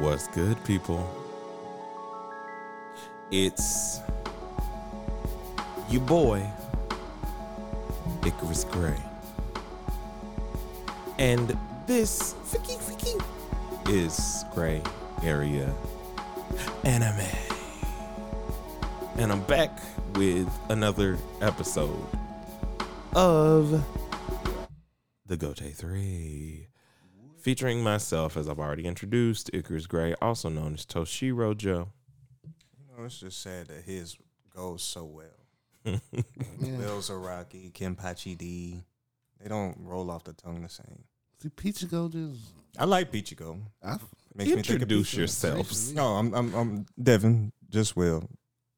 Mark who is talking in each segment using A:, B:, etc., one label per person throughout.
A: What's good, people? It's your boy, Icarus Gray. And this freaky, freaky is Gray Area Anime. And I'm back with another episode of The Gote 3 featuring myself, as I've already introduced, Icarus Gray, also known as Toshiro Joe.
B: You know, it's just sad that his goes so well. Will Zaraki, Kenpachi D, they don't roll off the tongue the same.
C: See, Pichigo just.
B: I like Pichigo.
C: I,
B: Makes me think
A: Introduce
B: of
A: yourselves.
C: seriously.
B: No, I'm I'm I'm Devin. Just Will.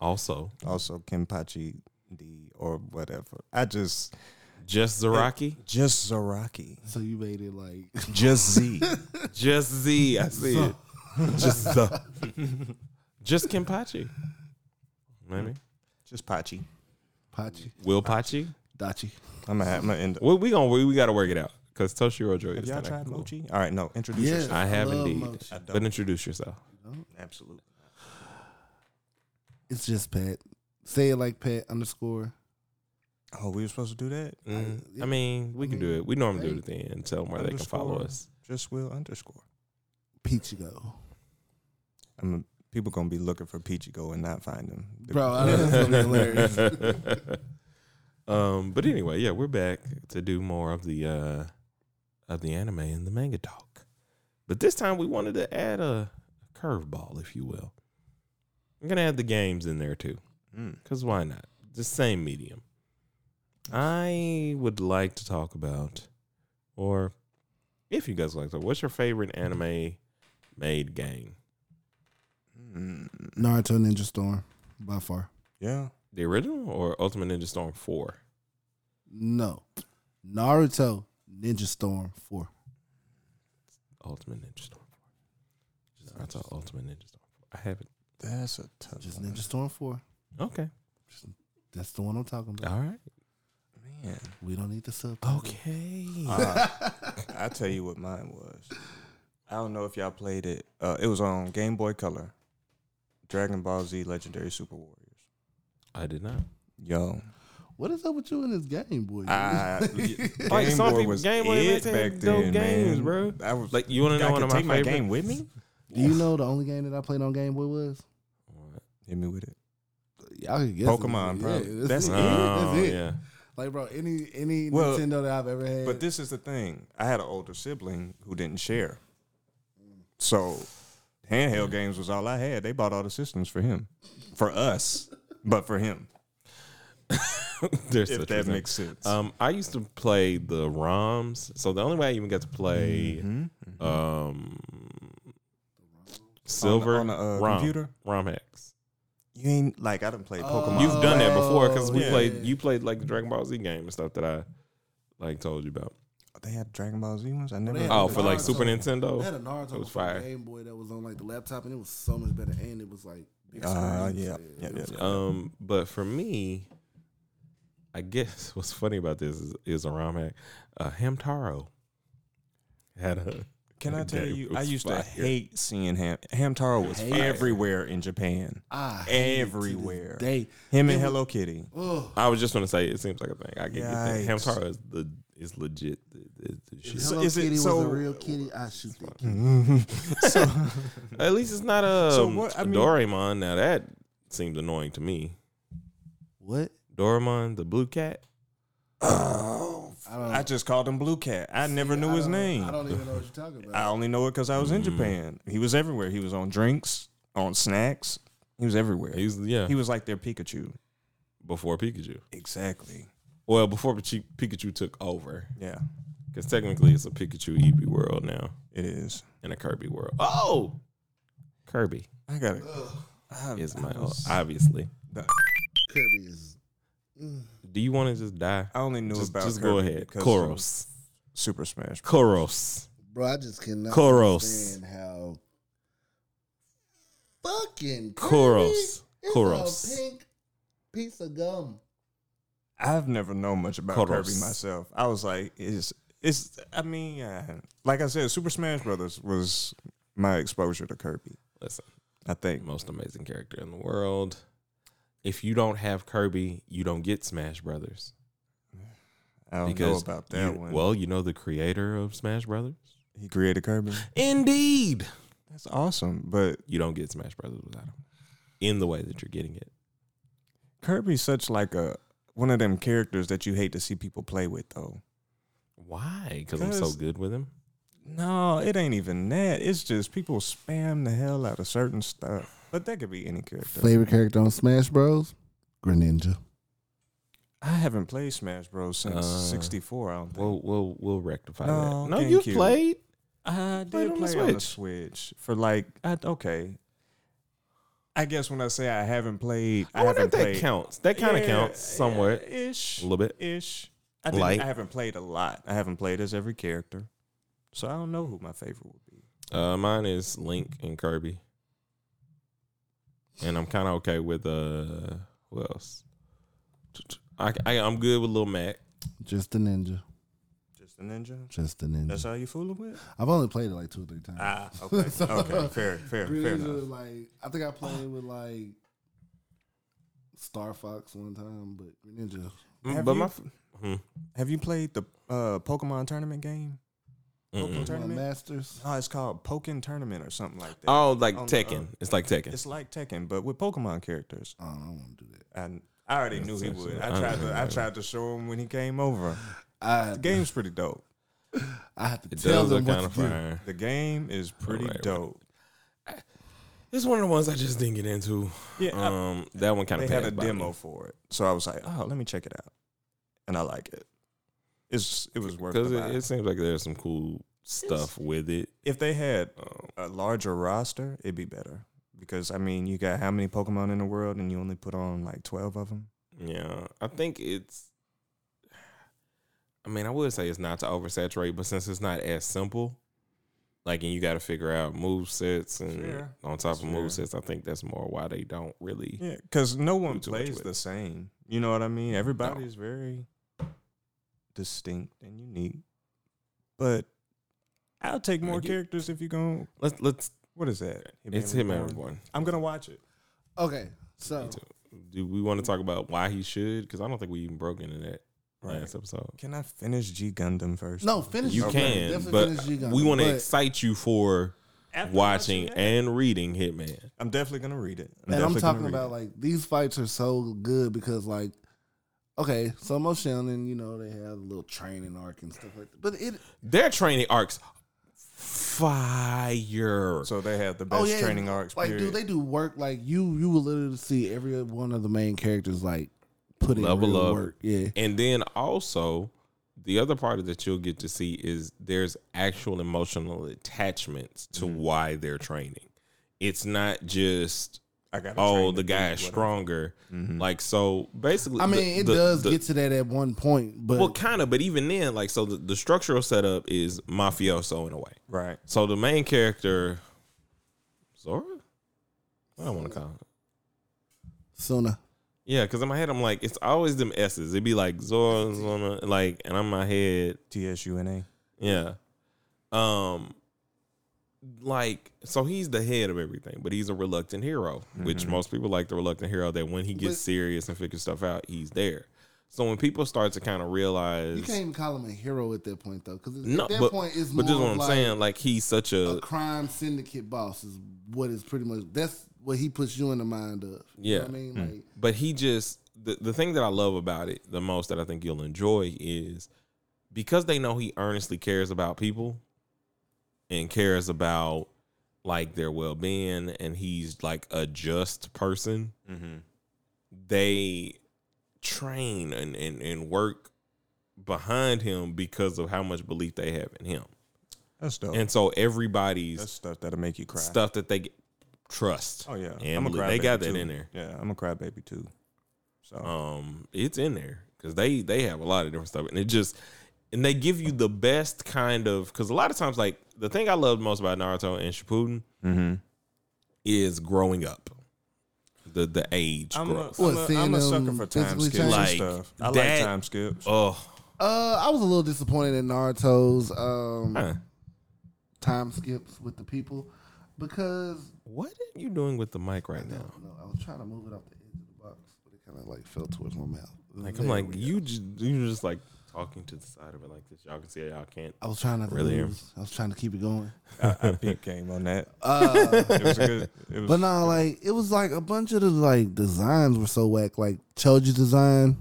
A: Also,
B: Also Kenpachi D or whatever. I just
A: just Zaraki,
B: just Zaraki.
C: so you made it like.
B: Just Z.
A: just Z. I see it. Just the, just Kimpachi. Maybe
B: just Pachi.
C: Pachi.
A: Will Pachi.
C: Dachi.
B: I'm gonna, have- I'm gonna end up.
A: We, we gonna we, we gotta work it out because Toshiro Joe
B: Have
A: is
B: y'all
A: not
B: tried
A: cool.
B: mochi? All right, no. Introduce
C: Yeah.
B: yourself.
A: I have
C: Love
A: indeed,
C: mochi.
B: I
A: but
B: don't.
A: introduce yourself.
B: Absolutely.
C: It's just Pat. Say it like Pat underscore.
B: Oh, we were supposed to do that.
A: Mm, I mean, we can do it. We normally do it at the end. Tell them where they can
B: Underscore.
A: follow us.
B: Just Will underscore.
C: Pichigo.
B: I'm people gonna be looking for Pichigo and not find him.
C: Bro, I know that's gonna be hilarious.
A: um, but anyway, yeah, we're back to do more of the uh, of the anime and the manga talk. But this time we wanted to add a curveball, if you will. I'm gonna add the games in there too,
B: Mm.
A: cause why not? The same medium. I would like to talk about, or if you guys like to, what's your favorite anime made game?
B: Mm.
C: Naruto Ninja Storm, by far.
B: Yeah.
A: The original or Ultimate Ninja Storm Four?
C: No. Naruto Ninja Storm 4.
A: Ultimate Ninja Storm 4. That's all Ultimate Ninja Storm 4. I haven't.
B: That's a tough
C: Just
B: one.
C: Ninja Storm 4.
A: Okay.
C: That's the one I'm talking about.
A: All right.
B: Man.
C: We don't need the sub.
A: Okay.
B: Uh, I tell you what mine was. I don't know if y'all played it. Uh, it was on Game Boy Color. Dragon Ball Z Legendary Super Warriors.
A: I did not.
B: Yo.
C: What is up with you in this game, boy? Ah,
B: I,
A: Like,
B: Game
A: some
B: Boy
A: people-
B: was
A: Game Boy
B: it
A: Nintendo dope
B: back then,
A: games,
B: man.
A: bro.
B: I was
A: Like, you want to know
B: I
A: one
B: could
A: of my
B: take my
A: favorite?
B: game with me.
C: Do you know the only game that I played on Game Boy was?
A: What?
B: Hit me with it.
C: Y'all can guess. it.
B: Pokemon, probably. That's it.
A: Oh,
C: That's it.
A: yeah.
C: Like, bro, any any
B: Well,
C: Nintendo that I've ever had.
B: But this is the thing. I had an older sibling who didn't share. So handheld games was all I had. They bought all the systems for him. For us. But for him.
A: There's
B: If
A: such a
B: that
A: thing.
B: makes sense.
A: Um, I used to play the ROMs. So the only way I even got to play
B: Mm-hmm.
A: um, Silver
B: on a, uh,
A: ROM,
B: computer?
A: ROM hacks.
B: you ain't like I done played Pokemon.
A: You've done that before because we
B: Oh, yeah.
A: played. You played like the Dragon Ball Z game and stuff that I like told you about.
B: They had Dragon Ball Z ones. I never.
C: they had
A: Oh,
C: the
A: for like
C: Naruto.
A: Super
C: I had
A: Nintendo.
C: a Naruto
A: It was
C: before
A: fire.
C: Game Boy that was on like the laptop, and it was so much better, and it was like. big
B: Uh,
C: screens.
B: yeah, yeah, yeah. yeah.
A: Um, but for me, I guess what's funny about this is, is a ROM hack. Uh, Hamtaro had a.
B: Can I
A: that
B: tell
A: game
B: you?
A: was
B: I used
A: fire.
B: to hate seeing Ham. Hamtaro was
C: Hate it.
B: everywhere in Japan.
C: I hate it to this
B: Everywhere.
C: day.
B: Him
C: It
B: and
C: was-
B: Hello Kitty.
C: Ugh.
A: I was just gonna say it seems like a thing. I can get that.
B: Yikes.
A: Hamtaro is the is legit. The, the, the shit.
C: Hello
B: is it-
C: Kitty was
B: so- Mm-hmm.
C: a real kitty. I shoot that. Kitty.
A: At least it's not a
B: So what- I mean-
A: Doraemon. Now that seems annoying to me.
C: What?
A: Doraemon, the blue cat.
B: Oh,
C: I don't.
B: I just called him Blue Cat. I never
C: I
B: knew his
C: don't-
B: name.
C: I don't even know what you're talking about.
B: I only know it because I was in
A: Mm-hmm.
B: Japan. He was everywhere. He was on drinks, on snacks. He was everywhere.
A: He's yeah
B: He was like their Pikachu.
A: before Pikachu.
B: Exactly.
A: Well, before Pikachu Pikachu took over,
B: Yeah,
A: because technically it's a Pikachu Eevee world now
B: it is.
A: and a Kirby world. Oh, Kirby
B: I got it.
A: is my
B: Oh,
A: obviously.
C: Kirby is.
A: Do you want to just die?
B: I only knew
A: Just,
B: about
A: just
B: Kirby
A: go ahead.
B: because of
A: Koros,
B: Super Smash.
A: Koros.
C: Bro, I just cannot
A: Koros.
C: understand how fucking
A: Koros.
C: Kirby is
A: Koros.
C: a pink piece of gum.
B: I've never known much about
A: Kodos.
B: Kirby myself. I was like, it's, it's. I mean, uh, like I said, Super Smash Brothers was my exposure to Kirby.
A: Listen,
B: I think
A: most amazing character in the world. If you don't have Kirby, you don't get Smash Brothers.
B: I don't
A: Because
B: know about that
A: you-
B: one.
A: Well, you know the creator of Smash Brothers?
B: he created Kirby.
A: Indeed.
B: That's awesome, but
A: You don't get Smash Brothers without him. In the way that you're getting it.
B: Kirby's such like a one of them characters that you hate to see people play with though.
A: Why? Because I'm so
B: 'Cause-
A: good with him.
B: No, it ain't even that. It's just people spam the hell out of certain stuff. But that could be any character.
C: Favorite character on Smash Bros? Greninja.
B: I haven't played Smash Bros since
A: Uh,
B: '64. I don't think.
A: We'll we'll we'll rectify
B: No,
A: that. No, you
B: GameCube.
A: played.
B: I
A: played
B: did play
A: on
B: on
A: the
B: the Switch, for like I, okay. I guess when I say I haven't played, I,
A: I, wonder if
B: haven't
A: that
B: played.
A: counts. That kind of
B: Yeah,
A: counts somewhat,
B: yeah, ish,
A: a little bit.
B: ish. I didn't,
A: Like?
B: I haven't played a lot. I haven't played as every character, so I don't know who my favorite would be.
A: Uh, mine is Link and Kirby, and I'm kind of okay with uh, who else? I, I I'm good with Lil Mac.
C: Just a ninja.
B: Just a ninja.
C: Just a
B: That's
C: ninja.
B: how you fooling with?
C: I've only played it like two or three times.
B: Ah, okay, okay, fair, fair, fair
C: Greninja,
B: enough.
C: like I think I played with like Star Fox one time, but Greninja.
A: Mm,
B: Have
A: but
B: you-
A: my f- hmm.
B: Have you played the uh, Pokemon tournament game? Pokemon
A: Mm-mm.
C: My
B: tournament?
C: masters.
B: Oh, it's called Pokken Tournament or something like that.
A: oh, like
B: On the,
A: Tekken.
B: uh,
A: it's like Tekken.
B: It's like Tekken, but with Pokemon characters.
C: Oh, I don't want to do that.
B: And I already knew he
A: That's-
B: would.
A: I
B: I tried
A: know.
B: to I tried to show him when he came over.
C: I
B: The game's pretty dope.
C: I have to
A: it
C: tell
A: does
C: them
A: look
C: what
A: kind
C: to
A: of
C: do.
A: fire.
B: The game is pretty
A: Right, right.
B: dope.
A: It's one of the ones I just didn't get into.
B: Yeah, I-
A: Um, that one kind
B: they
A: of
B: had a demo for it, so I was like, oh, let me check it out, and I like it. It's it was worth the
A: because
B: buy.
A: it, it seems like there's some cool stuff with it.
B: if they had
A: Um,
B: a larger roster, it'd be better. Because I mean, you got how many Pokemon in the world, and you only put on like twelve of them.
A: Yeah, I think it's. I mean, I would say it's not to oversaturate, but since it's not as simple, like, and you got to figure out move sets and
B: Fair.
A: on top
B: That's
A: of
B: fair.
A: move sets, I think that's more why they don't really.
B: Yeah, because no one
A: too much
B: plays
A: with
B: the same. You know what I mean? Everybody is very distinct and unique. But I'll take
A: I
B: more
A: get-
B: characters if you go.
A: Let's let's.
B: What is that?
A: it's Hitman Reborn.
B: I'm gonna watch it.
C: Okay, so
A: Me too. Do we want to talk about why he should? Because I don't think we even broke into that
B: Right.
A: last episode.
B: Can I finish G Gundam first?
C: no, finish.
A: You
C: it.
A: can,
C: Definitely
A: but
C: finish G-Gundam,
A: we want to
C: but
A: excite you for
B: After
A: watching
B: that,
A: and reading Hitman.
B: I'm definitely gonna read it.
C: And I'm
B: definitely gonna
C: talking
B: read
C: about
B: it.
C: like these fights are so good because like, okay, so Mo Shannon, you know, they have a little training arc and stuff like that. But it,
A: Their training arcs, fire.
B: So they have the best
C: oh yeah,
B: training arcs.
C: Like,
B: period.
C: dude, they do work. Like you, you will literally see every one of the main characters like put in
A: Level
C: real
A: up.
C: work. Yeah,
A: And then also, the other part that you'll get to see is there's actual emotional attachments to why they're training. It's not just
B: I got.
A: oh the guy is stronger.
C: Mm-hmm.
B: Mm-hmm.
A: Like so, basically,
C: I
A: the-
C: mean, it
A: the-
C: does
A: the-
C: get to that at one point, but
A: well, kind of. But even then, like so, the, the structural setup is mafioso in a way.
B: Right.
A: So the main character, Zora, I don't want to call. Him.
C: sooner.
A: Yeah, because in my head I'm like, it's always them S's. It'd be like Zora, Zona, like, and I'm in my head.
B: T S U N A.
A: Yeah. Um like so he's the head of everything, but he's a reluctant hero, which most people like the reluctant hero that when he gets
C: But-
A: serious and figures stuff out, he's there. So when people start to kind of realize
C: You can't even call him a hero at that point though, because
A: no,
C: at that
A: but,
C: point it's
A: but this is
C: more
A: what I'm
C: of, like
A: saying. Like he's such a,
C: a crime syndicate boss is what is pretty much that's what he puts you in the mind of. You know
A: Yeah. Hmm.
C: what I mean, like
A: but he just the, the thing that I love about it the most that I think you'll enjoy is because they know he earnestly cares about people and cares about like their well being and he's like a just person.
B: Mm-hmm.
A: They train and, and, and work behind him because of how much belief they have in him.
B: That's dope.
A: And so everybody's
B: Oh. That's stuff that'll make you cry.
A: stuff that they get, trust.
B: Oh yeah,
A: And believe- they got that
B: too.
A: in there.
B: Yeah, I'm a crybaby too. So
A: um it's in there because they they have a lot of different stuff and it just and they give you the best kind of because a lot of times like the thing i loved most about naruto and shippuden
C: Mm-hmm.
A: is growing up the the age
B: I'm, a,
A: growth
B: I'm,
C: What,
B: a, I'm a
C: seeing
B: sucker
C: them
B: for time
C: physically
B: skips and
A: change?
B: stuff.
A: Like
B: I
A: that-
B: like time skips.
A: oh
C: uh, I was a little disappointed in Naruto's um,
A: huh.
C: time skips with the people, because
A: What are you doing with the mic
C: I
A: right
C: don't
A: now?
C: know. I was trying to move it off the edge of the box, but it kind of like fell towards my mouth.
A: Like
C: There
A: I'm like
C: we go.
A: you just you just like talking to the side of it like this. Y'all can see it. Y'all can't.
C: I was trying not to
A: Really am.
C: lose. I was trying to keep it going.
B: I, I peep game on that.
C: Uh,
B: It was a good. It was,
C: but no, like it was like a bunch of the like designs were so whack. Like Choji's design,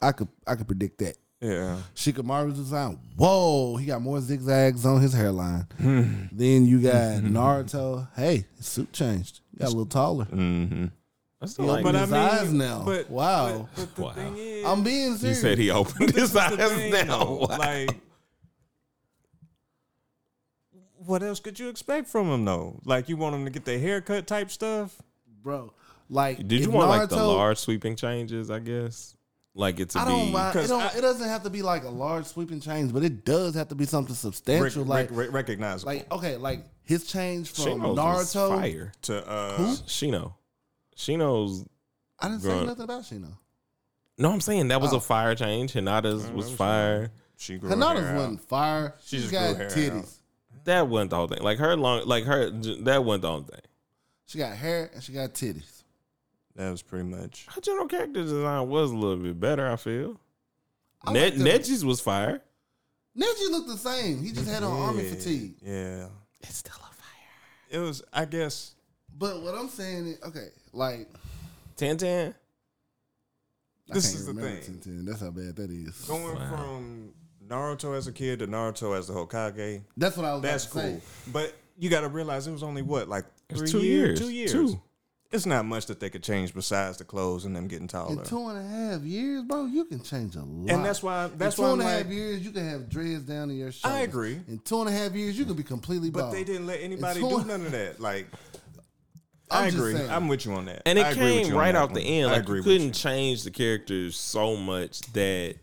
C: I could I could predict that.
B: yeah.
C: Shikamaru's design, whoa, he got more zigzags on his hairline.
A: Hmm.
C: then you got Naruto. Hey, his suit changed. He got a little taller.
A: Mm.
B: Mm-hmm.
A: I still
C: He
A: like.
B: but
C: opened his
B: I mean,
C: eyes now.
B: but-
C: wow.
B: But the
A: Wow.
B: thing is,
C: I'm being
A: you
C: serious.
A: said he opened his
B: that's
A: eyes
B: the thing,
A: now.
B: though.
A: Wow.
B: Like, what else could you expect from him though? Like, you want him to get their haircut type stuff?
C: Bro, like
A: Did
C: if
A: you want like the
C: Naruto-
A: large sweeping changes? I guess. Like it to
C: I don't
A: be.
C: mind. It,
B: 'cause
C: don't,
B: I-
C: it doesn't have to be like a large sweeping change, but it does have to be something
B: Rick,
C: substantial. like,
B: Rick, Rick, recognizable
C: like okay, like his change from
A: Shino's was
C: Naruto.
A: fire.
B: to uh,
A: Shino. Shino's.
C: I didn't say
A: Bruh.
C: nothing about Shino.
A: No, I'm saying that was
C: Oh.
A: a fire change. Hinata's Oh, was fire.
B: she grew her
C: Hinata's
B: hair out.
C: wasn't fire.
B: She
C: She has
B: just
C: got
B: grew her hair out.
C: titties.
A: That wasn't the whole thing. Like her long. Like her. j- That wasn't the whole thing.
C: She got hair and she got titties.
B: That was pretty much.
A: Her general character design was a little bit better. I feel.
C: I
A: Net,
C: like the-
A: Neji's was fire.
C: Neji looked the same. He just had on army fatigue.
B: Yeah,
A: It's still a fire.
B: it was. I guess
C: But what I'm saying is, okay, like
A: Ten ten.
B: This
C: I can't
B: is the
C: remember
B: thing.
C: 10. That's how bad that is.
B: going
A: Wow.
B: from Naruto as a kid to Naruto as the Hokage.
C: That's what I was.
B: That's
C: about to
B: cool.
C: Say.
B: But you got to realize it was only what like
A: It
B: three
A: was two years.
B: Two years.
A: Two.
B: It's not much that they could change besides the clothes and them getting taller.
C: In two and a half years, bro, you can change a lot.
B: And that's why. That's
C: in
B: why
C: two
B: I'm
C: and a half
B: like.
C: years you can have dreads down in your shoulders.
B: I agree.
C: In two and a half years you can be completely
B: But
C: bald.
B: they didn't let anybody
C: two
B: do
C: and-
B: none of that. Like.
C: I'm
B: i
C: just
B: agree.
C: saying.
B: I'm with you on that.
A: And it
B: I agree with
A: came
B: you on
A: right
B: that
A: out the
B: one.
A: end.
B: I
A: Like
B: agree
A: you
B: with
A: couldn't change the characters so much that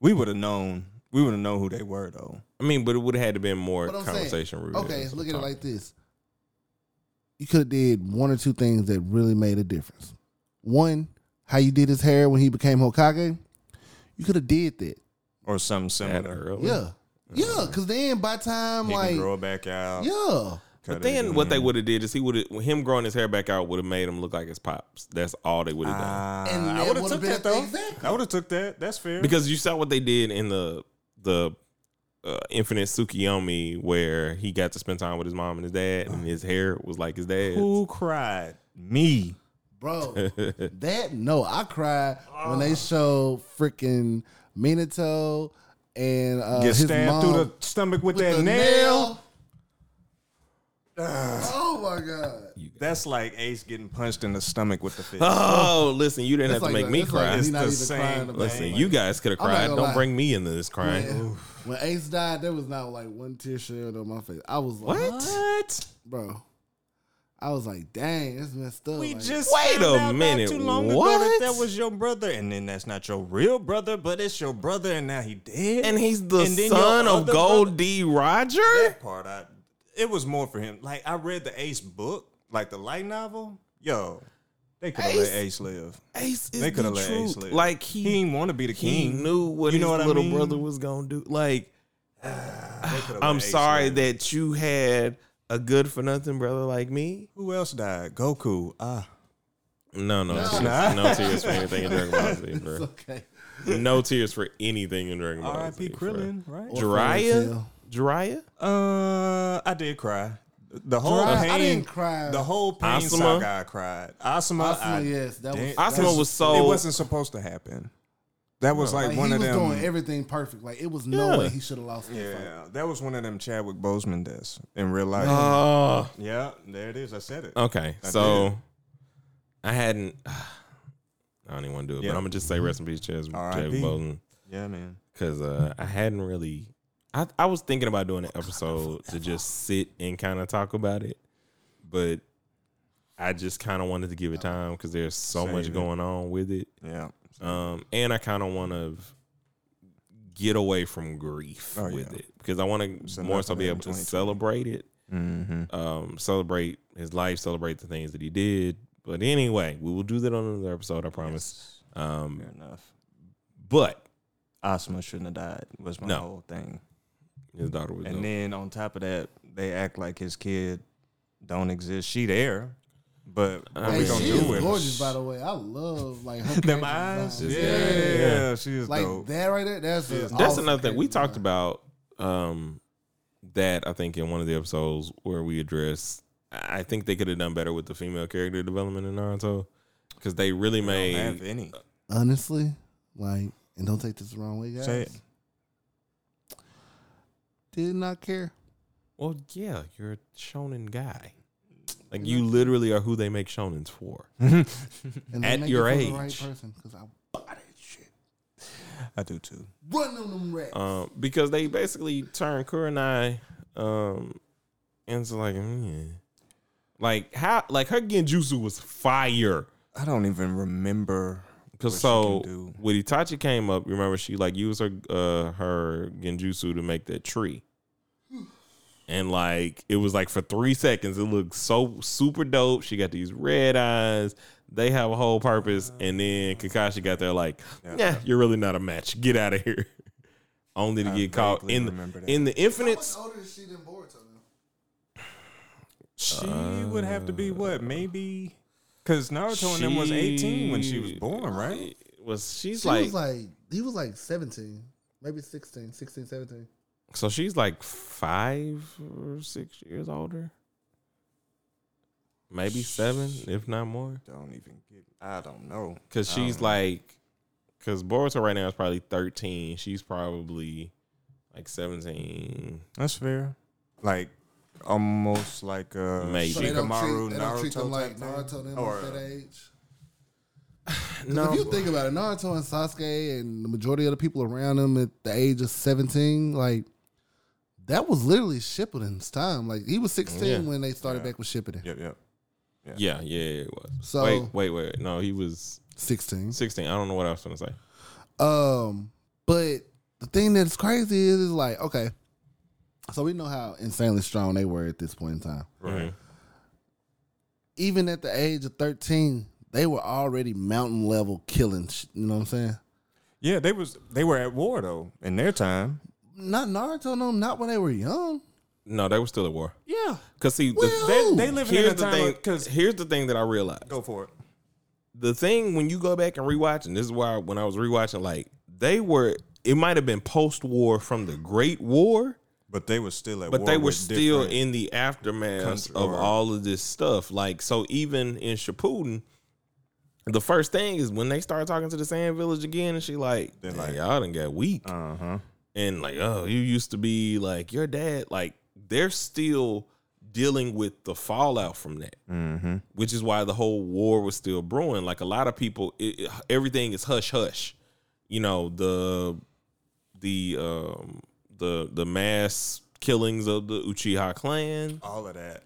B: We would have known. We would have known who they were though.
A: I mean, but it would have had to been more
C: But I'm
A: conversation
C: saying,
A: rooted.
C: okay,
A: That's what
C: look
A: I'm talking-
C: at it like this. You could have did one or two things that really made a difference. One, how you did his hair when he became Hokage. You could have did that.
B: Or something
A: that
B: similar.
A: early.
C: Yeah. Yeah, because then by time,
B: He
C: like,
B: can grow it back out.
C: yeah.
B: cut
A: But
B: it
A: then
B: again.
A: what they would have did is he would have him growing his hair back out would have made him look like his pops. That's all they would have done.
B: Ah,
C: And
B: I
C: that
B: would have
C: would've
B: took
C: been-
B: that though.
C: exactly.
B: I would have took that. That's fair.
A: Because you saw what they did in the the uh, Infinite Tsukiyomi where he got to spend time with his mom and his dad, and his hair was like his dad's.
B: who cried? Me.
C: Bro, that, no, I cried when they showed freaking Minato and uh,
B: Get
C: his
B: stabbed
C: mom.
B: through the stomach with,
C: with
B: that
C: the
B: nail. Ah.
C: Oh my god!
B: That's like Ace getting punched in the stomach with the fist.
A: Oh, listen, you didn't
C: That's
A: have to
C: like
A: make
C: a-
A: me
C: that's like
A: cry.
C: a- he
B: It's
C: not
B: the
C: even
B: same-
C: crying about it.
A: listen,
C: Like,
A: you guys could have
C: I'm not
A: cried.
C: gonna
A: Don't
C: lie.
A: bring me into this crying.
C: man, when Ace died, there was not like one tear shed on my face. I was like,
B: What?
C: bro? I was like, dang, it's messed up.
B: We
C: Like,
B: just
A: Wait
B: found
A: a
B: out not
A: minute,
B: Too long ago
A: what?
B: that, that was your brother, and then that's not your real brother, but it's your brother, and now he dead.
A: And he's the
B: And then your
A: son of
B: other
A: Gold
B: brother-
A: D. Roger.
B: that part. I it was more for him. Like I read the Ace book, like the light novel. Yo, they could have let
A: Ace-
B: Ace live.
A: Ace is
B: They could
A: the
B: have let Ace
A: truth.
B: live.
A: Like
B: He didn't want to be the
A: he
B: king.
A: knew what
B: You
A: his
B: know what I
A: little
B: mean?
A: brother was gonna do. Like,
B: They coulda let
A: I'm
B: Ace
A: sorry
B: live.
A: that you had a good for nothing brother like me.
B: Who else died? Goku. Ah,
A: No, no, tears.
B: not.
A: no tears for anything in Dragon Ball Z,
C: it's
A: bro.
C: okay.
A: No tears for anything in Dragon Ball Z.
B: R.I.P.
A: bro.
B: Krillin. Right.
C: Or Fairy
A: Jiraiya,
C: Tail.
A: Jiraiya,
B: Uh, I did cry. The whole
C: Dry-
B: pain.
C: I didn't cry.
B: The whole pain
A: Asuma?
B: saga. I cried. Asuma.
C: Asuma,
B: I,
C: yes, that was-
B: did-
C: that
A: Asuma was so.
B: It wasn't supposed to happen. That was like,
C: Like,
B: one
C: he
B: of
C: was
B: them.
C: doing everything perfect. Like it was no
A: Yeah.
C: way he should have lost. that fight.
B: yeah, that was one of them Chadwick Boseman deaths in real life.
A: Oh,
B: yeah, there it is. I said it.
A: okay.
B: Uh, I
A: so I hadn't. I don't even want to do it,
B: Yeah.
A: but I'm gonna just say rest in peace, Chaz, Chad
B: R.I.P..
A: Bolton.
B: Yeah, man.
A: because uh, I hadn't really. I, I was thinking about doing an episode to just sit and kind of talk about it, but I just kind of wanted to give it time because there's so
B: Save
A: much
B: it.
A: going on with it,
B: Yeah.
A: um, and I kind of want to get away from grief
B: Oh,
A: with
B: yeah.
A: it because I want to
B: So
A: more
B: nothing
A: so be
B: in
A: able to
B: 2020.
A: celebrate it,
B: Mm-hmm.
A: um, celebrate his life, celebrate the things that he did. But anyway, we will do that on another episode, I promise. Um,
B: Fair enough.
A: but
B: Asma shouldn't have died was my
A: No.
B: whole thing.
A: his daughter was
B: And
A: dope.
B: then on top of that, they act like his kid don't exist. She there, but what
A: I
B: we
A: mean,
B: gonna
C: she
B: do
C: is
B: with her?
C: gorgeous, by the way. I love like her
B: Them
C: character
B: eyes,
C: design.
B: yeah,
A: Yeah.
B: she is
C: like
B: dope.
C: that right there. That's an
A: That's
C: awesome
A: another thing we
C: character
A: talked about. Um, that I think in one of the episodes where we addressed, I I think they could have done better with the female character development in Naruto because they really
B: Don't have
A: made
B: any?
C: design. Honestly, like, and don't take this the wrong way, guys.
B: Say it.
C: Did not care.
A: Well, yeah, you're a shonen guy. Like you literally are who they make shonens for.
C: And they
A: At
C: make
A: your
C: it for
A: age.
C: the right person, because I bought that shit.
B: I do too.
C: Run on them rats.
B: Uh,
A: Um, because they basically turned Kurenai um into like mm. like how like her Genjutsu was fire.
B: I don't even remember.
A: Cause so
B: What she can do.
A: when Itachi came up, remember she like used her uh her genjutsu to make that tree. And like it was like for three seconds, it looked so super dope. She got these red eyes. They have a whole purpose. And then Kakashi got there like,
B: Uh-huh. Yeah.
A: yeah, you're really not a match. Get out of here. Only to
B: I
A: get caught
B: vaguely
A: in
B: remember
A: the,
B: that.
A: in the infinites.
C: older is she than Boruto? now?
B: She would have to be what? Maybe because Naruto and them was eighteen when she was born, right?
A: Was she's
C: She
A: like,
C: was like, he was like 17, maybe 16, 16, 17.
A: so she's like five or six years older, maybe seven, if not more,
B: Don't even get. I don't know.
A: because she's
B: Oh.
A: like, because Boruto right now is probably thirteen. She's probably like seventeen.
B: That's fair. Like almost like uh
A: Maybe. So they
C: don't
B: Shikamaru
C: treat- they don't
B: Naruto
C: treat them
B: type
C: like
B: thing?
C: Naruto them
B: Or,
C: at that age. 'Cause
A: No,
C: if you think about it, Naruto and Sasuke and the majority of the people around them at the age of seventeen, like that was literally Shippuden's time. Like he was sixteen
A: Yeah.
C: when they started
B: Yeah.
C: back with Shippuden.
B: yep, yep.
A: yeah, yeah, yeah, it was.
C: So-
A: wait, wait, wait. No, he was
C: Sixteen.
A: sixteen. I don't know what I was gonna say.
C: Um, but the thing that's crazy is, is like okay, so we know how insanely strong they were at this point in time.
A: Right.
C: Even at the age of thirteen, they were already mountain level killing. sh- You know what I'm saying?
B: Yeah, they was they were at war though in their time.
C: Not Naruto, no, not when they were young.
A: No, they were still at war.
B: Yeah,
A: Cause see, the-
C: Well,
B: they they living
A: here's
B: in a
A: the
B: time
A: thing.
B: because
A: here's the thing that I realized.
B: go for it.
A: the thing when you go back and rewatch, and this is why when I was rewatching, like they were, it might have been post war from the Great War,
B: But they were still at
A: but
B: war.
A: they were
B: with
A: still
B: different-
A: in the aftermath
B: country-
A: of
B: or-
A: all of this stuff. Like so, even in Shippuden, the first thing is when they start talking to the Sand Village again, and she like,
B: They're
A: "Man,
B: like-
A: y'all done got weak,
B: Uh-huh.
A: and like, oh, you used to be like your dad. Like they're still dealing with the fallout from that
B: Mm-hmm.
A: which is why the whole war was still brewing. Like a lot of people, it, it- everything is hush hush. You know the the um, the the mass killings of the Uchiha clan,
B: All of that.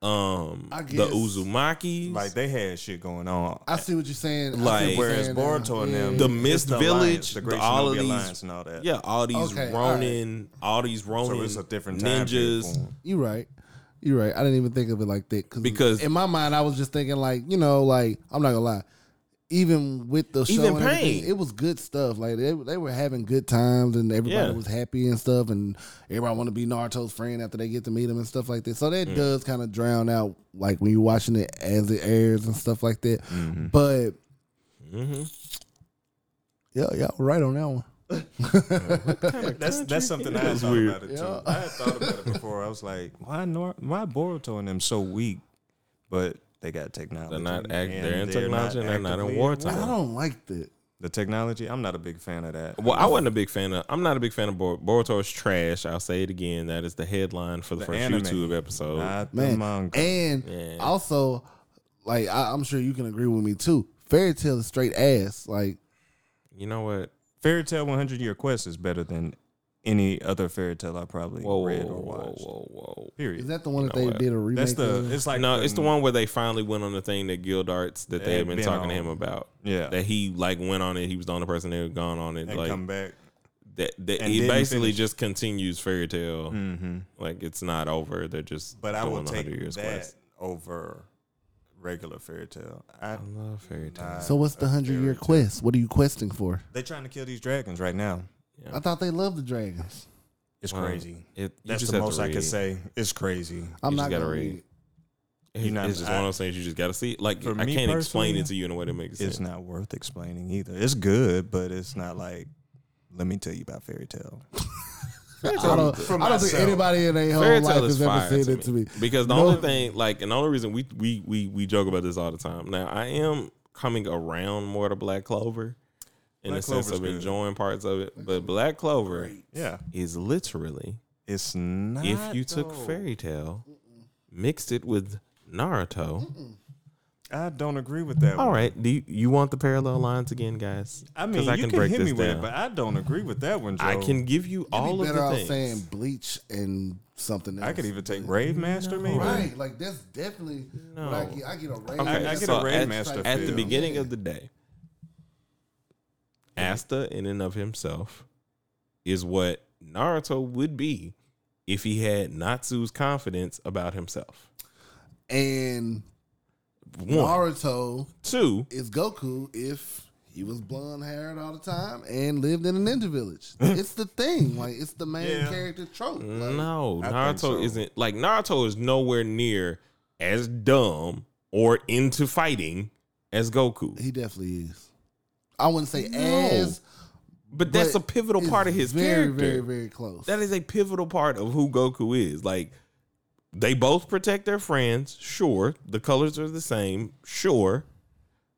A: um,
C: I
A: the
C: guess-
A: Uzumaki,
B: Like they had shit going on.
C: I see what you're saying. I see
A: Like-
C: what you're
B: Whereas
C: saying now.
B: Boruto and them,
A: The
B: it's
A: Mist Village,
B: alliance, the
A: the-
B: Great
A: all of
B: Shinobi
A: these-
B: alliance and all that.
A: yeah, all these
C: Okay, all right.
A: Ronin, all these Ronin,
B: so it's a different time period for
A: ninjas.
B: 'em.
C: You're right. You're right. I didn't even think of it like that
A: Because-
C: in my mind I was just thinking like you know like I'm not gonna lie. Even with the show,
A: Even
C: and everything,
A: Pain.
C: it was good stuff. Like they, they were having good times, and everybody
A: Yeah.
C: was happy and stuff, and everybody want to be Naruto's friend after they get to meet him and stuff like that. So
A: Mm.
C: that does kind of drown out, like when you're watching it as it airs and stuff like that.
A: Mm-hmm.
C: But yeah, yeah, right on that one.
B: That's that's something I had thought
A: weird.
B: about it too. I had thought about it before. I was like, why Nor- why Boruto and them so weak, but they got technology.
A: They're not act-
B: and
A: they're in
B: not
A: technology and they're not
B: actively
A: in
B: at
A: wartime.
C: I don't like that.
B: The technology, I'm not a big fan of that.
A: Well, I wasn't a big fan of. I'm not a big fan of Bor- Boruto is trash. I'll say it again. That is the headline for the,
B: The
A: first
B: anime.
A: YouTube episode.
B: Not the
C: man.
B: manga.
C: And
A: Yeah.
C: also, like I, I'm sure you can agree with me too. Fairy tale is straight ass. Like
A: you know what?
B: Fairy Tale 100 Year Quest is better than any other fairy tale I probably
A: Whoa,
B: read
A: whoa,
B: or
A: whoa,
B: watched.
A: whoa, whoa.
B: Period.
C: is that the one that
A: know
C: they
A: what?
C: did a remake?
B: that's the.
C: of?
B: It's like
A: no, it's the one where they finally went on the thing that Guild Arts that they
B: They
A: had been
B: been
A: talking to
B: on.
A: him about.
B: Yeah.
A: That he like went on it. He was the only person that had gone on it.
B: and
A: like
B: come back.
A: that, that
B: and
A: he
B: didn't
A: basically
B: finish.
A: just continues fairy tale.
B: Mm-hmm.
A: Like it's not over. They're just
B: But I
A: doing
B: will
A: the
B: take
A: 100
B: that over regular fairy tale. I,
A: I love fairy tales.
C: So what's the
B: a
C: hundred year
B: fairy
C: quest? What are you questing for?
B: They're trying to kill these dragons right now.
C: I thought they loved the dragons.
B: It's
A: Wow.
B: crazy.
A: It, you
B: That's
A: just
B: the
A: have
B: most
A: to
B: I
A: read.
B: could say. It's crazy.
C: I'm
A: You just
C: not
A: gotta
C: gonna
A: read.
C: read. it.
A: It's,
B: know,
A: it's just
B: I-
A: one of those things you just got to see. Like
B: For
A: I
B: me
A: can't explain
B: personally,
A: it to you in a way that makes
B: It's
A: sense.
B: not worth explaining either. It's good, but it's not like let me tell you about fairy tale.
C: I don't,
B: From
C: I don't think
B: myself.
C: anybody in their whole
A: Fairy
C: life
A: tale is
C: has ever
A: fire
C: said
A: to
C: it to me.
A: because the
C: No.
A: only thing, like, and the only reason we we we we joke about this all the time. Now I am coming around more to Black Clover in
B: Black
A: the sense
B: Clover's
A: of
B: good.
A: enjoying parts of it, but Black Clover
B: Yeah,
A: is literally
B: it's not.
A: if you took
B: though.
A: fairy tale, mixed it with Naruto.
B: I don't agree with that.
A: All
B: one.
A: right, do you, you want the parallel lines again, guys?
B: I
A: 'Cause
B: mean, you can, hit me with it, but I don't agree with that one. Joe.
A: I can give you
C: You'd
A: all
C: be
A: of
C: better
A: the
C: off
A: things.
C: saying bleach and something else.
B: I could even take Rave Master, maybe.
C: Right, like that's definitely. what I get, I get a raise.
A: Okay,
B: I- I get
A: so
B: a
A: at,
B: Raidmaster
A: at the
B: feel.
A: beginning of the day. Asta, in and of himself, is what Naruto would be if he had Natsu's confidence about himself.
C: and
A: One,
C: Naruto
A: two,
C: is Goku if he was blonde haired all the time and lived in a ninja village. it's the thing, like it's the main
B: Yeah.
C: character trope. Like,
A: no,
B: I
A: Naruto
B: think so.
A: isn't like Naruto is nowhere near as dumb or into fighting as Goku.
C: He definitely is. I wouldn't say
A: No.
C: as,
A: But that's
C: but
A: a pivotal
C: it's
A: part of his
C: very,
A: character.
C: Very, very close.
A: That is a pivotal part of who Goku is. Like they both protect their friends, sure. The colors are the same, sure.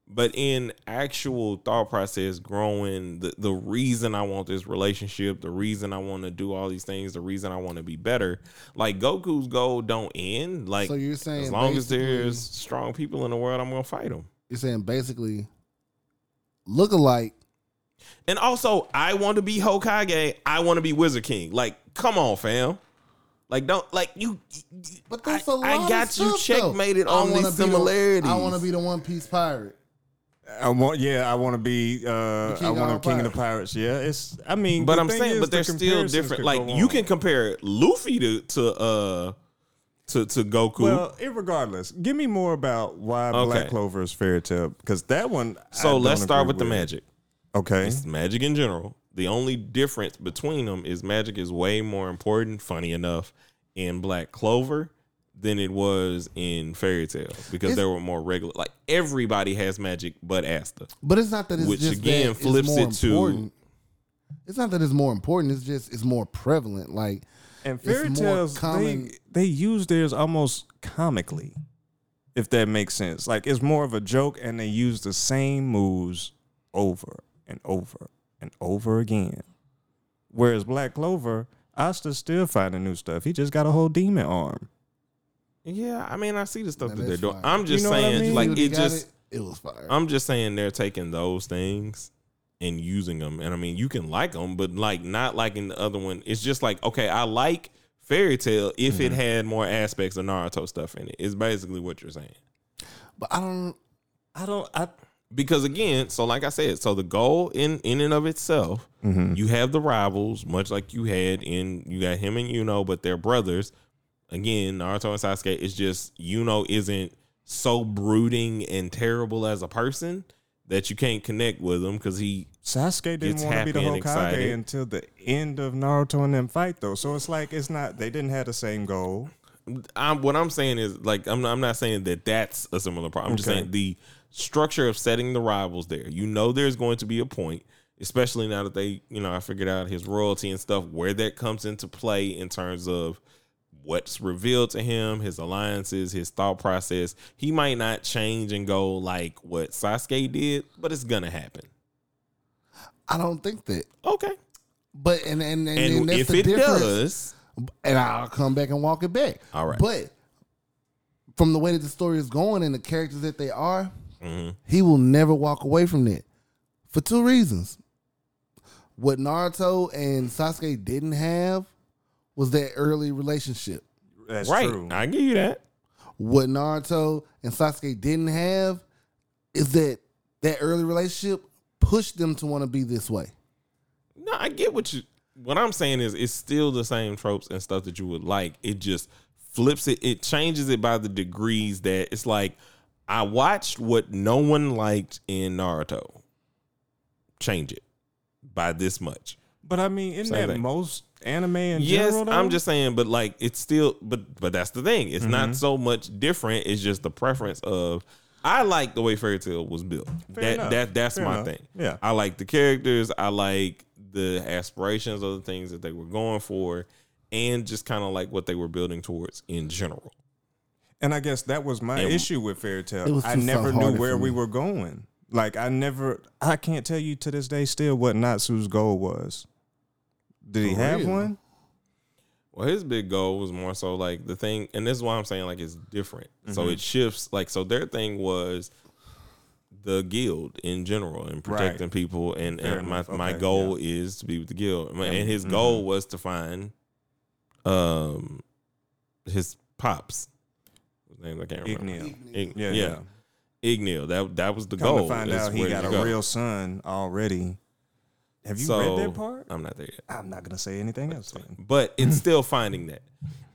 A: But in actual thought process, growing the, the reason I want this relationship, the reason I want to do all these things, the reason I want to be better. Like Goku's goal don't end. Like
C: so you're saying
A: as long as
C: basically-
A: there's strong people in the world, I'm gonna fight them.
C: you're saying basically look alike.
A: And also, I want to be Hokage. I want to be Wizard King. Like, come on, fam. Like, don't like you.
C: But that's
A: I-
C: a lot
A: I got
C: of
A: you
C: stuff,
A: checkmated
C: though. I
A: on
C: wanna
A: these
C: be the-
A: similarities.
C: I want to be the One Piece pirate.
B: I want, yeah, I want to be, uh,
C: king
B: I
C: of all
B: want to king of
C: pirates.
B: the pirates. Yeah, it's, I mean,
A: But
B: the
A: I'm
B: thing
A: saying,
B: is
A: but
B: the
A: they're still
B: comparisons
A: different.
B: could
A: Like,
B: go
A: you
B: on.
A: can compare Luffy to to uh to to Goku.
B: Well, regardless, give me more about why
A: Okay.
B: Black Clover is fairy tale because that one. I
A: so
B: don't
A: let's start
B: agree
A: with the magic.
B: Okay,
A: It's magic in general. The only difference between them is magic is way more important. Funny enough, in Black Clover. Than it was in fairy tale because
C: It's-
A: there were more regular. Like everybody has magic, but Asta.
C: But it's not that it's
A: Which
C: just
A: again
C: that
A: flips
C: it's more
A: it to-
C: important. It's not that it's more important. It's just it's more prevalent. Like
B: and
C: it's
B: fairy
C: more
B: tales
C: common-
B: they they use theirs almost comically, if that makes sense. Like it's more of a joke, and they use the same moves over and over and over again. Whereas Black Clover, Asta's still finding new stuff. He just got a whole demon arm.
A: Yeah, I mean, I see the stuff
C: Now
A: that they're
C: that's
A: doing.
C: fire.
A: I'm just
B: You know what I
A: saying,
B: mean?
A: like
C: when
A: it
C: he got
A: just. Um,
C: it, it was fire.
A: I'm just saying they're taking those things and using them, and I mean, you can like them, but like not liking the other one. It's just like okay, I like Fairy Tale if it
B: Mm-hmm.
A: had more aspects of Naruto stuff in it. Is basically what you're saying.
C: but I don't.
B: I don't. I
A: because again, so like I said, so the goal in in and of itself, you have the rivals, much like you had in you got him and Yuno, but they're brothers. Again, Naruto and Sasuke, it's just Yuno isn't so brooding and terrible as a person that you can't connect with him because he
B: Sasuke
A: Gets
B: didn't want to
A: happy
B: be the
A: and
B: Hokage
A: excited.
B: until the end of Naruto and them fight though. So it's like it's not they didn't have the same goal.
A: I'm what I'm saying is like I'm not, I'm not saying that that's a similar problem. I'm just
B: Okay.
A: saying the structure of setting the rivals there. You know, there's going to be a point, especially now that they, you know, I figured out his royalty and stuff, where that comes into play in terms of what's revealed to him, his alliances, his thought process. He might not change and go like what Sasuke did, but it's gonna happen.
C: I don't think that.
A: Okay,
C: But and and and, then
A: and,
C: that's
A: if
C: the
A: it
C: difference.
A: does,
C: and I'll come back and walk it back.
A: All right.
C: But from the way that the story is going and the characters that they are,
A: Mm-hmm.
C: he will never walk away from that for two reasons. What Naruto and Sasuke didn't have was that early relationship.
B: That's
A: right?
B: true.
A: I give you that.
C: What Naruto and Sasuke didn't have is that that early relationship pushed them to want to be this way.
A: No, I get what you. What I'm saying is, it's still the same tropes and stuff that you would like. It just flips it. It changes it by the degrees that it's like I watched what no one liked in Naruto. Change it by this much.
B: But I mean, isn't
A: Same
B: that
A: thing.
B: most anime in
A: yes,
B: general?
A: I'm
B: though?
A: just saying, but like it's still, but but that's the thing. It's
B: Mm-hmm.
A: not so much different. It's just the preference of. I like the way Fairy Tale was built. that
B: enough.
A: that that's
B: Fair
A: my
B: enough.
A: thing.
B: Yeah.
A: I like the characters. I like the aspirations of the things that they were going for, and just kind of like what they were building towards in general.
B: And I guess that was my
A: And-
B: issue with Fairy
C: It
B: Tale.
C: was
B: I
C: too
B: never knew
C: hard for
B: where we
C: me.
B: were going. Like I never, I can't tell you to this day still what Natsu's goal was. Did he
C: For
B: have
C: real?
B: one?
A: Well, his big goal was more so like the thing, and this is why I'm saying like it's different. So
B: Mm-hmm.
A: it shifts. Like so, their thing was the guild in general and protecting people. And,
B: Fair
A: and my
B: enough.
A: my
B: Okay,
A: goal is to be with the guild, My- and his
B: Mm-hmm.
A: goal was to find, um, his pops. His name I can't remember.
B: Igneo.
A: Ig-
B: Yeah,
A: yeah,
B: yeah.
A: Igneo. That that was the
B: Come
A: goal.
B: to find
A: is
B: out, he
A: where
B: got
A: you
B: a
A: go.
B: real son already. Have you
A: So,
B: read that part?
A: I'm not there yet.
B: I'm not gonna say anything else. Then.
A: but it's still finding that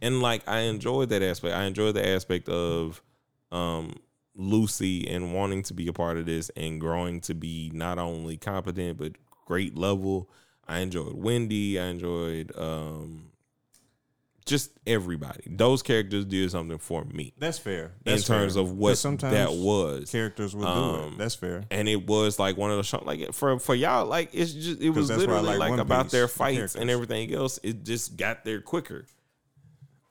A: and like i enjoyed that aspect i enjoyed the aspect of um lucy and wanting to be a part of this and growing to be not only competent but great level i enjoyed wendy i enjoyed um just everybody those characters did something for me
B: That's fair.
A: in terms of what that was
B: characters will do
A: Um,
B: it. That's fair.
A: and it was like one of the show, like for for y'all like it's just it was
B: that's why I
A: literally
B: like
A: like,
B: One
A: about
B: Piece,
A: their
B: the
A: fights and
B: characters.
A: everything else it just got there quicker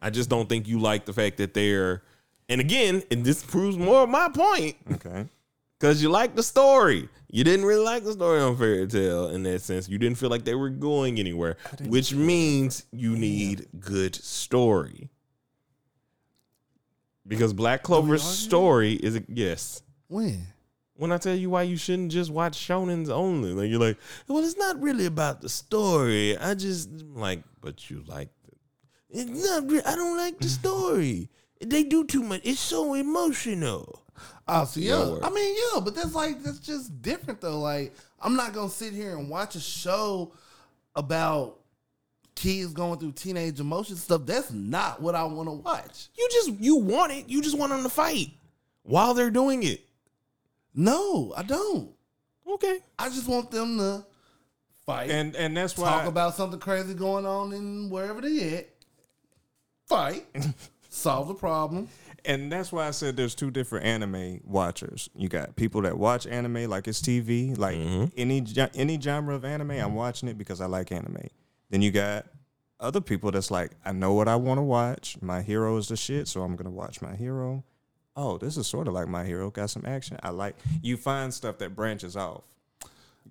A: i just don't think you like the fact that they're and again and this proves more of my point
B: Okay.
A: because you like the story you didn't really like the story on fairy tale in that sense you didn't feel like they were going anywhere which means you need good story because black clover's story is a yes
C: When?
A: when I tell you why you shouldn't just watch shonens only. Like you're like, well, it's not really about the story. I just like, but you like it. It's not. Re- I don't like the story. they do too much. It's so emotional.
C: Oh, so
A: Your
C: yeah.
A: work.
C: I mean, yeah, but that's like that's just different though. Like, I'm not gonna sit here and watch a show about kids going through teenage emotion stuff. That's not what I want to watch.
A: You just you want it. You just want them to fight while they're doing it.
C: No, I don't.
A: Okay.
C: I just want them to fight,
B: And and that's why
C: talk about something crazy going on in wherever they at, fight, solve the problem.
B: and that's why I said there's two different anime watchers. You got people that watch anime like it's TV, like any gen- any genre of anime. I'm watching it because I like anime. Then you got other people that's like, I know what I want to watch. My hero is the shit, so I'm gonna watch my hero. Oh, this is sort of like my hero. Got some action. I like. You find stuff that branches off.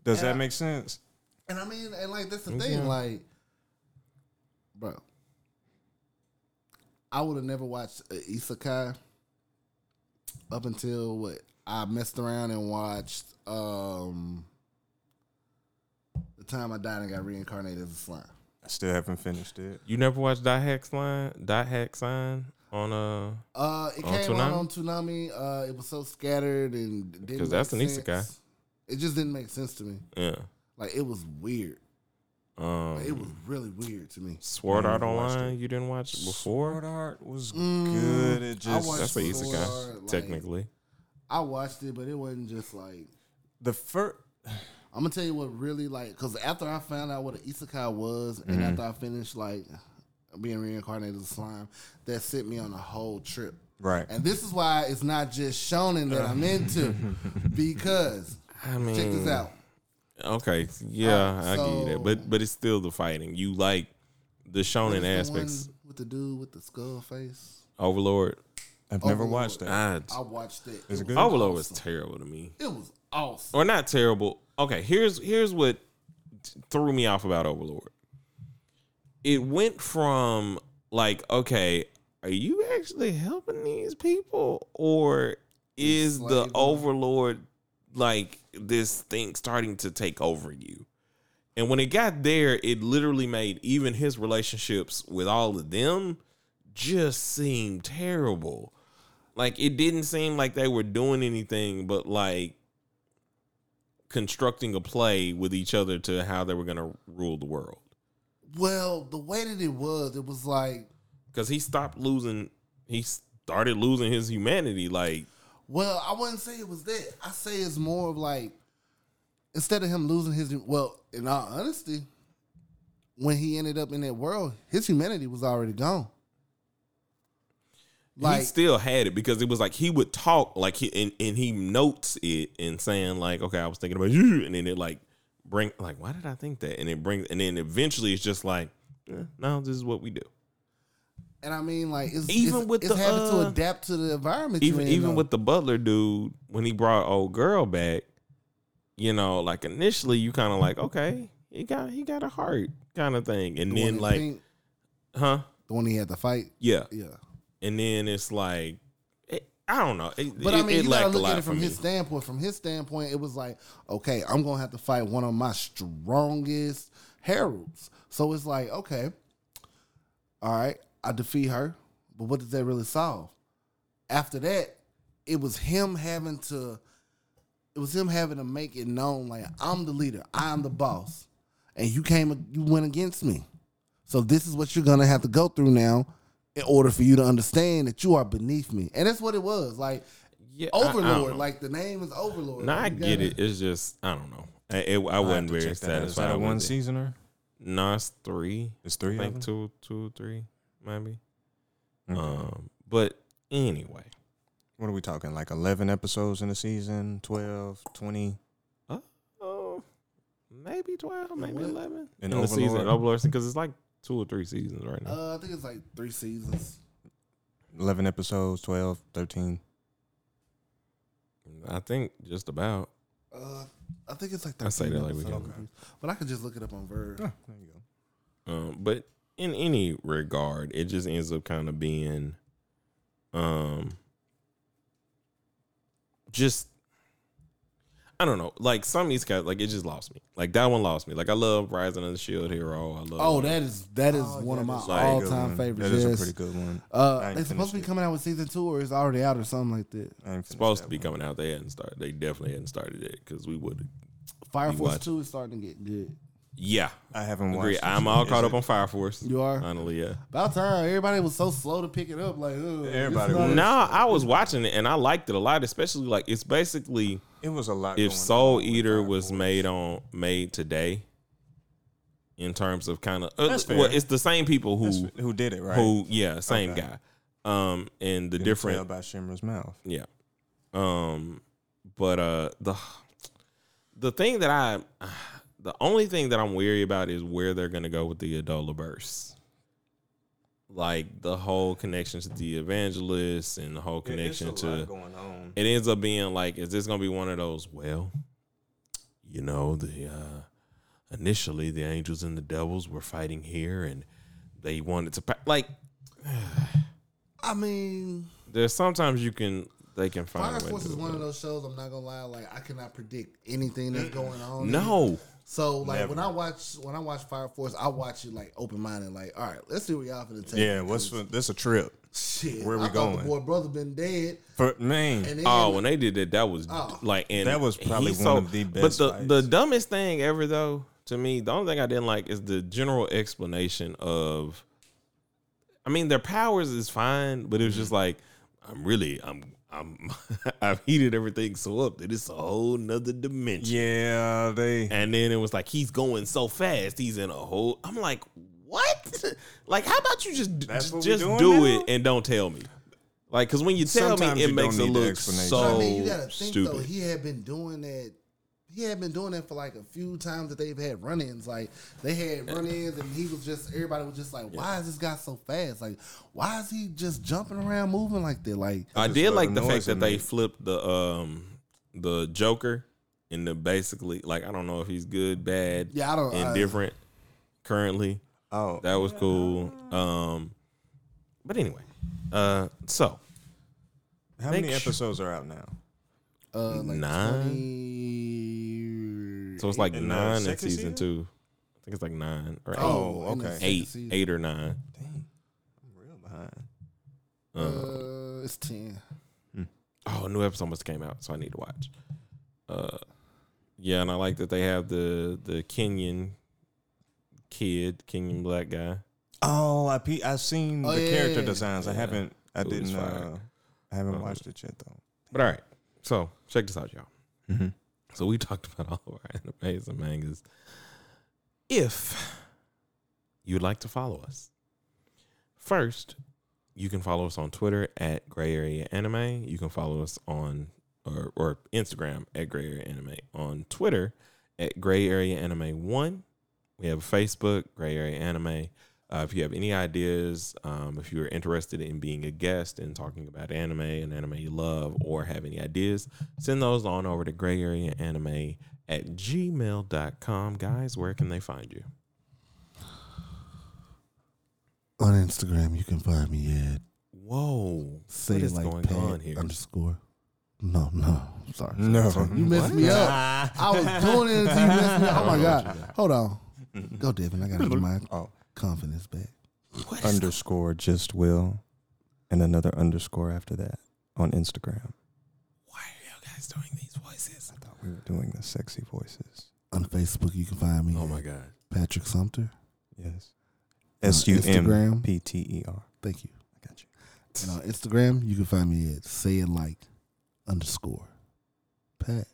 B: Does that make sense?
C: And I mean, and like that's the thing, like, bro, I would have never watched uh, Isekai up until what I messed around and watched um the time I died and got reincarnated as a slime.
B: I still haven't finished it.
A: You never watched Dot Hack Sign? Dot Hack Sign on uh
C: Uh, it
A: On
C: came out
A: Toonami?
C: on Toonami. Uh, it was so scattered and didn't
A: 'Cause that's
C: make
A: an
C: sense.
A: isekai.
C: It just didn't make sense to me.
A: yeah
C: Like it was weird.
A: um
C: Like, it was really weird to me.
A: Sword
B: I
A: Art
B: never watched
A: Online. You didn't watch it
B: Sword
A: before.
B: art was
C: Mm,
B: good. It
C: I
B: just
C: watched
A: That's an
C: Sword
A: isekai
C: Art, like-
A: technically.
C: I watched it, but it wasn't just like
B: the first.
C: I'm gonna tell you what really like because after I found out what an isekai was, and
A: Mm-hmm.
C: after I finished like being reincarnated as a slime, that sent me on a whole trip.
B: Right.
C: And this is why it's not just shonen that I'm into because
A: I mean,
C: check this out.
A: Okay, yeah,
C: Alright,
A: I get
C: so-
A: that, but but it's still the fighting. You like the
C: What is
A: shonen
C: the
A: aspects.
C: one with the dude with the skull face.
A: Overlord,
B: I've never
C: Overlord.
B: watched that.
A: I,
C: I watched it.
B: Is it
C: was
B: good?
A: Overlord was
C: awesome.
A: terrible to me,
C: It was awesome.
A: or not terrible. Okay, here's here's what t- threw me off about Overlord. It went from like, okay, are you actually helping these people, or is the
C: Enslaving.
A: Overlord like this thing starting to take over you? And when it got there, it literally made even his relationships with all of them just seem terrible. Like it didn't seem like they were doing anything but like constructing a play with each other to how they were going to rule the world.
C: Well, the way that it was, it was like
A: Cuz he stopped losing he started losing his humanity like
C: Well, I wouldn't say it was that. I say it's more of like instead of him losing his well, in all honesty, when he ended up in that world, his humanity was already gone.
A: he
C: Like
A: still had it because it was like he would talk like he and, and he notes it and saying like, okay, I was thinking about you, and then it like bring like, why did I think that? And it brings and then eventually it's just like, eh, no, this is what we do.
C: And I mean, like, it's,
A: Even
C: it's,
A: with
C: it's
A: the,
C: having
A: uh,
C: to adapt to the environment.
A: Even
C: you're in,
A: even
C: though.
A: with the butler dude when he brought old girl back, you know, like initially you kind of like, okay, he got he got a heart kind of thing, and
C: The one
A: then
C: in
A: like,
C: pink,
A: huh,
C: the one he had to fight.
A: yeah,
C: Yeah,
A: and then it's like, it, I don't know, it,
C: but
A: it,
C: I mean,
A: it
C: you
A: lacked a
C: gotta look
A: lot
C: at it
A: for
C: from
A: me.
C: his standpoint. From his standpoint, it was like, okay, I'm gonna have to fight one of my strongest heralds. So it's like, okay, all right, I defeat her, but what does that really solve? After that, it was him having to, it was him having to make it known, like I'm the leader, I'm the boss, and you came, you went against me. So this is what you're gonna have to go through now in order for you to understand that you are beneath me. And that's what it was. Like
A: Yeah, I- I don't
C: Overlord.
A: know.
C: like the name is Overlord.
A: No,
C: Like,
A: I
C: you
A: get
C: gotta-
A: it. It's just I don't know. I, it, I
B: I'll
A: wasn't
B: have to
A: very
B: check that out.
A: satisfied.
B: Is that a
A: with
B: one
A: it.
B: seasoner?
A: No, it's three.
B: It's three.
A: I
B: of
A: think
B: them?
A: two, two, three, maybe.
B: Okay.
A: Um, but anyway,
B: what are we talking? Like 11 episodes in a season, 12, 20
A: oh, maybe twelve, maybe
C: what?
A: eleven
B: In
A: the season Oh,
B: Overlord?
A: Overlord because it's like two or three seasons right now.
C: Uh, I think it's like three seasons.
B: 11 episodes, 12, 13.
A: I think just about.
C: Uh, I think it's like
A: I say
C: 13
A: that like we
C: episodes.
A: can-
C: But I could just look it up on Verve.
B: Ah, there you go.
A: Um, but in any regard, it just ends up kind of being, um, just I don't know. Like some of these guys, like it just lost me. Like that one lost me. Like I love Rising of the Shield Hero. I love.
C: Oh, that is that is
B: Oh,
C: one
B: yeah,
C: of my
B: that's
A: a pretty
C: all
B: good
C: time
B: one.
C: favorites.
B: That is
C: yes.
B: a pretty good one. I
C: uh,
B: ain't
C: it's supposed to be
B: finished it.
C: coming out with season two, or it's already out, or something like that.
B: I ain't finished
A: supposed
B: that
A: to be
B: one.
A: coming out. They hadn't started. They definitely hadn't started it because we would.
C: Fire
A: You
C: Force
A: watch.
C: two is starting to get good.
A: Yeah,
B: I haven't watched.
A: agree.
B: it.
A: I'm all
B: Is
A: caught
B: it-
A: up on Fire Force.
C: You are
A: Honestly, yeah.
C: about time. Everybody was so slow to pick it up. Like ugh, this
B: Everybody
C: is
B: was.
C: not-
A: No, I was watching it and I liked it a lot. Especially like it's basically.
B: It was a lot.
A: if
B: going
A: Soul
B: on with
A: Eater
B: Fire
A: was
B: Force.
A: made on made today, in terms of kind of uh,
B: That's fair.
A: well, it's the same people
B: That's-
A: who
B: who did it right?
A: who yeah same
B: Okay.
A: guy, um and the
B: You can tell
A: different
B: by Shimmer's mouth.
A: yeah, um but uh the the thing that I the only thing that I'm weary about is where they're gonna go with the Adola Burst. Like the whole connection to the evangelist and the whole connection to
B: going on.
A: it ends up being like, is this gonna be one of those? Well, you know, the uh, initially the angels and the devils were fighting here, and they wanted to pa- like.
C: I mean,
A: There's sometimes you can they can find.
C: Fire
A: a way
C: Force
A: to
C: is
A: do
C: one
A: it.
C: of those shows. I'm not gonna lie. Like I cannot predict anything that's going on.
A: No,
C: So like
B: Never.
C: when I watch when I watch Fire Force, I watch it like open minded. Like all right, let's see where y'all finna take.
B: Yeah,
C: it,
B: what's
C: 'cause
B: for, this a trip
C: shit?
B: where we
C: I thought
B: going?
C: The boy brother been dead,
B: for man?
C: and then
A: oh, when they did that, that was
C: Oh.
A: like, and
B: That was probably
A: he's
B: one of the best
A: But the
B: fights.
A: the dumbest thing ever, though, to me, the only thing I didn't like is the general explanation of. I mean, their powers is fine, but it was just
B: Mm-hmm.
A: like I'm really I'm I'm I've heated everything so up that it's a whole nother dimension.
B: yeah, they.
A: And then it was like he's going so fast, he's in a hole. I'm like, what? Like, how about you just
B: That's what we
A: just
B: doing
A: do
B: now?
A: it and don't tell me? Like, because when you tell
B: Sometimes
A: me, it
B: you
A: makes it
B: don't need the
A: look
B: explanation.
A: so
C: I mean, you gotta think
A: stupid.
C: though. He had been doing that. He had been doing that for like a few times that they've had run-ins. Like they had run-ins, and he was just everybody was just like, "Why is this guy so fast? Like, why is he just jumping around, moving like that? Like,
A: I
B: just
A: did
B: love
A: like the
B: the
A: fact
B: noise
A: that
B: it
A: they
B: made.
A: flipped the um the Joker and the basically like I don't know if he's good, bad,
C: yeah, I don't. I,
A: indifferent currently.
B: Oh,
A: That was cool. Um but anyway. Uh so
B: how
A: make
B: many
A: sure-
B: episodes are out now?
C: uh, like
A: Nine?
C: 20
A: so it's like
B: In the
A: nine in
B: second
A: season
B: season?
A: two. I think it's like nine or
B: Oh,
C: in the
B: okay.
C: second
A: eight.
C: season.
A: Eight eight or nine.
B: Dang, I'm real behind.
A: Um,
C: Uh, it's ten.
A: oh, a new episode almost came out, so I need to watch. Uh, yeah, and I like that they have the the Kenyan kid, Kenyan black guy.
B: Oh, I pe- I've seen
C: Oh,
B: the
C: yeah,
B: character
C: yeah.
B: designs. I
A: Yeah.
B: haven't. I
A: It was
B: didn't.
A: fire.
B: Uh, I haven't
A: Um,
B: watched it yet though.
A: But all right, so check this out, y'all.
B: Mm-hmm.
A: So we talked about all of our animes and mangas. If you'd like to follow us. First, you can follow us on Twitter at Gray Area Anime. You can follow us on or, or Instagram at Gray Area Anime. On Twitter at Gray Area Anime One. We have Facebook Gray Area Anime. Uh, if you have any ideas, um, if you are interested in being a guest and talking about anime and anime you love, or have any ideas, send those on over to Gray Area Anime at gmail.com. Guys, where can they find you?
C: On Instagram, you can find me at
A: Whoa.
C: say
A: what is
C: like
A: going
C: Pat
A: on here? Mm,
C: underscore. No, no, I'm sorry. sorry,
B: No.
C: sorry. you messed me up. I was doing it until you messed me up. Oh my god! Hold on, go Devin. I gotta get my
B: Oh.
C: confidence back.
B: underscore just will and another underscore after that on Instagram.
A: Why are you guys doing these voices?
B: I thought we were doing the sexy voices.
C: On Facebook, you can find me.
A: Oh my God.
C: Patrick Sumter.
B: Yes.
C: On
B: S U M
C: Instagram?
B: P T E R.
C: Thank you.
B: I got you.
C: And on Instagram, you can find me at say it like underscore Pat.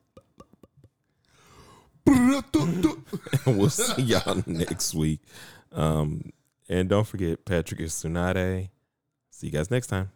A: we'll see y'all next week. Um, and don't forget, Patrick is Tsunade. See you guys next time.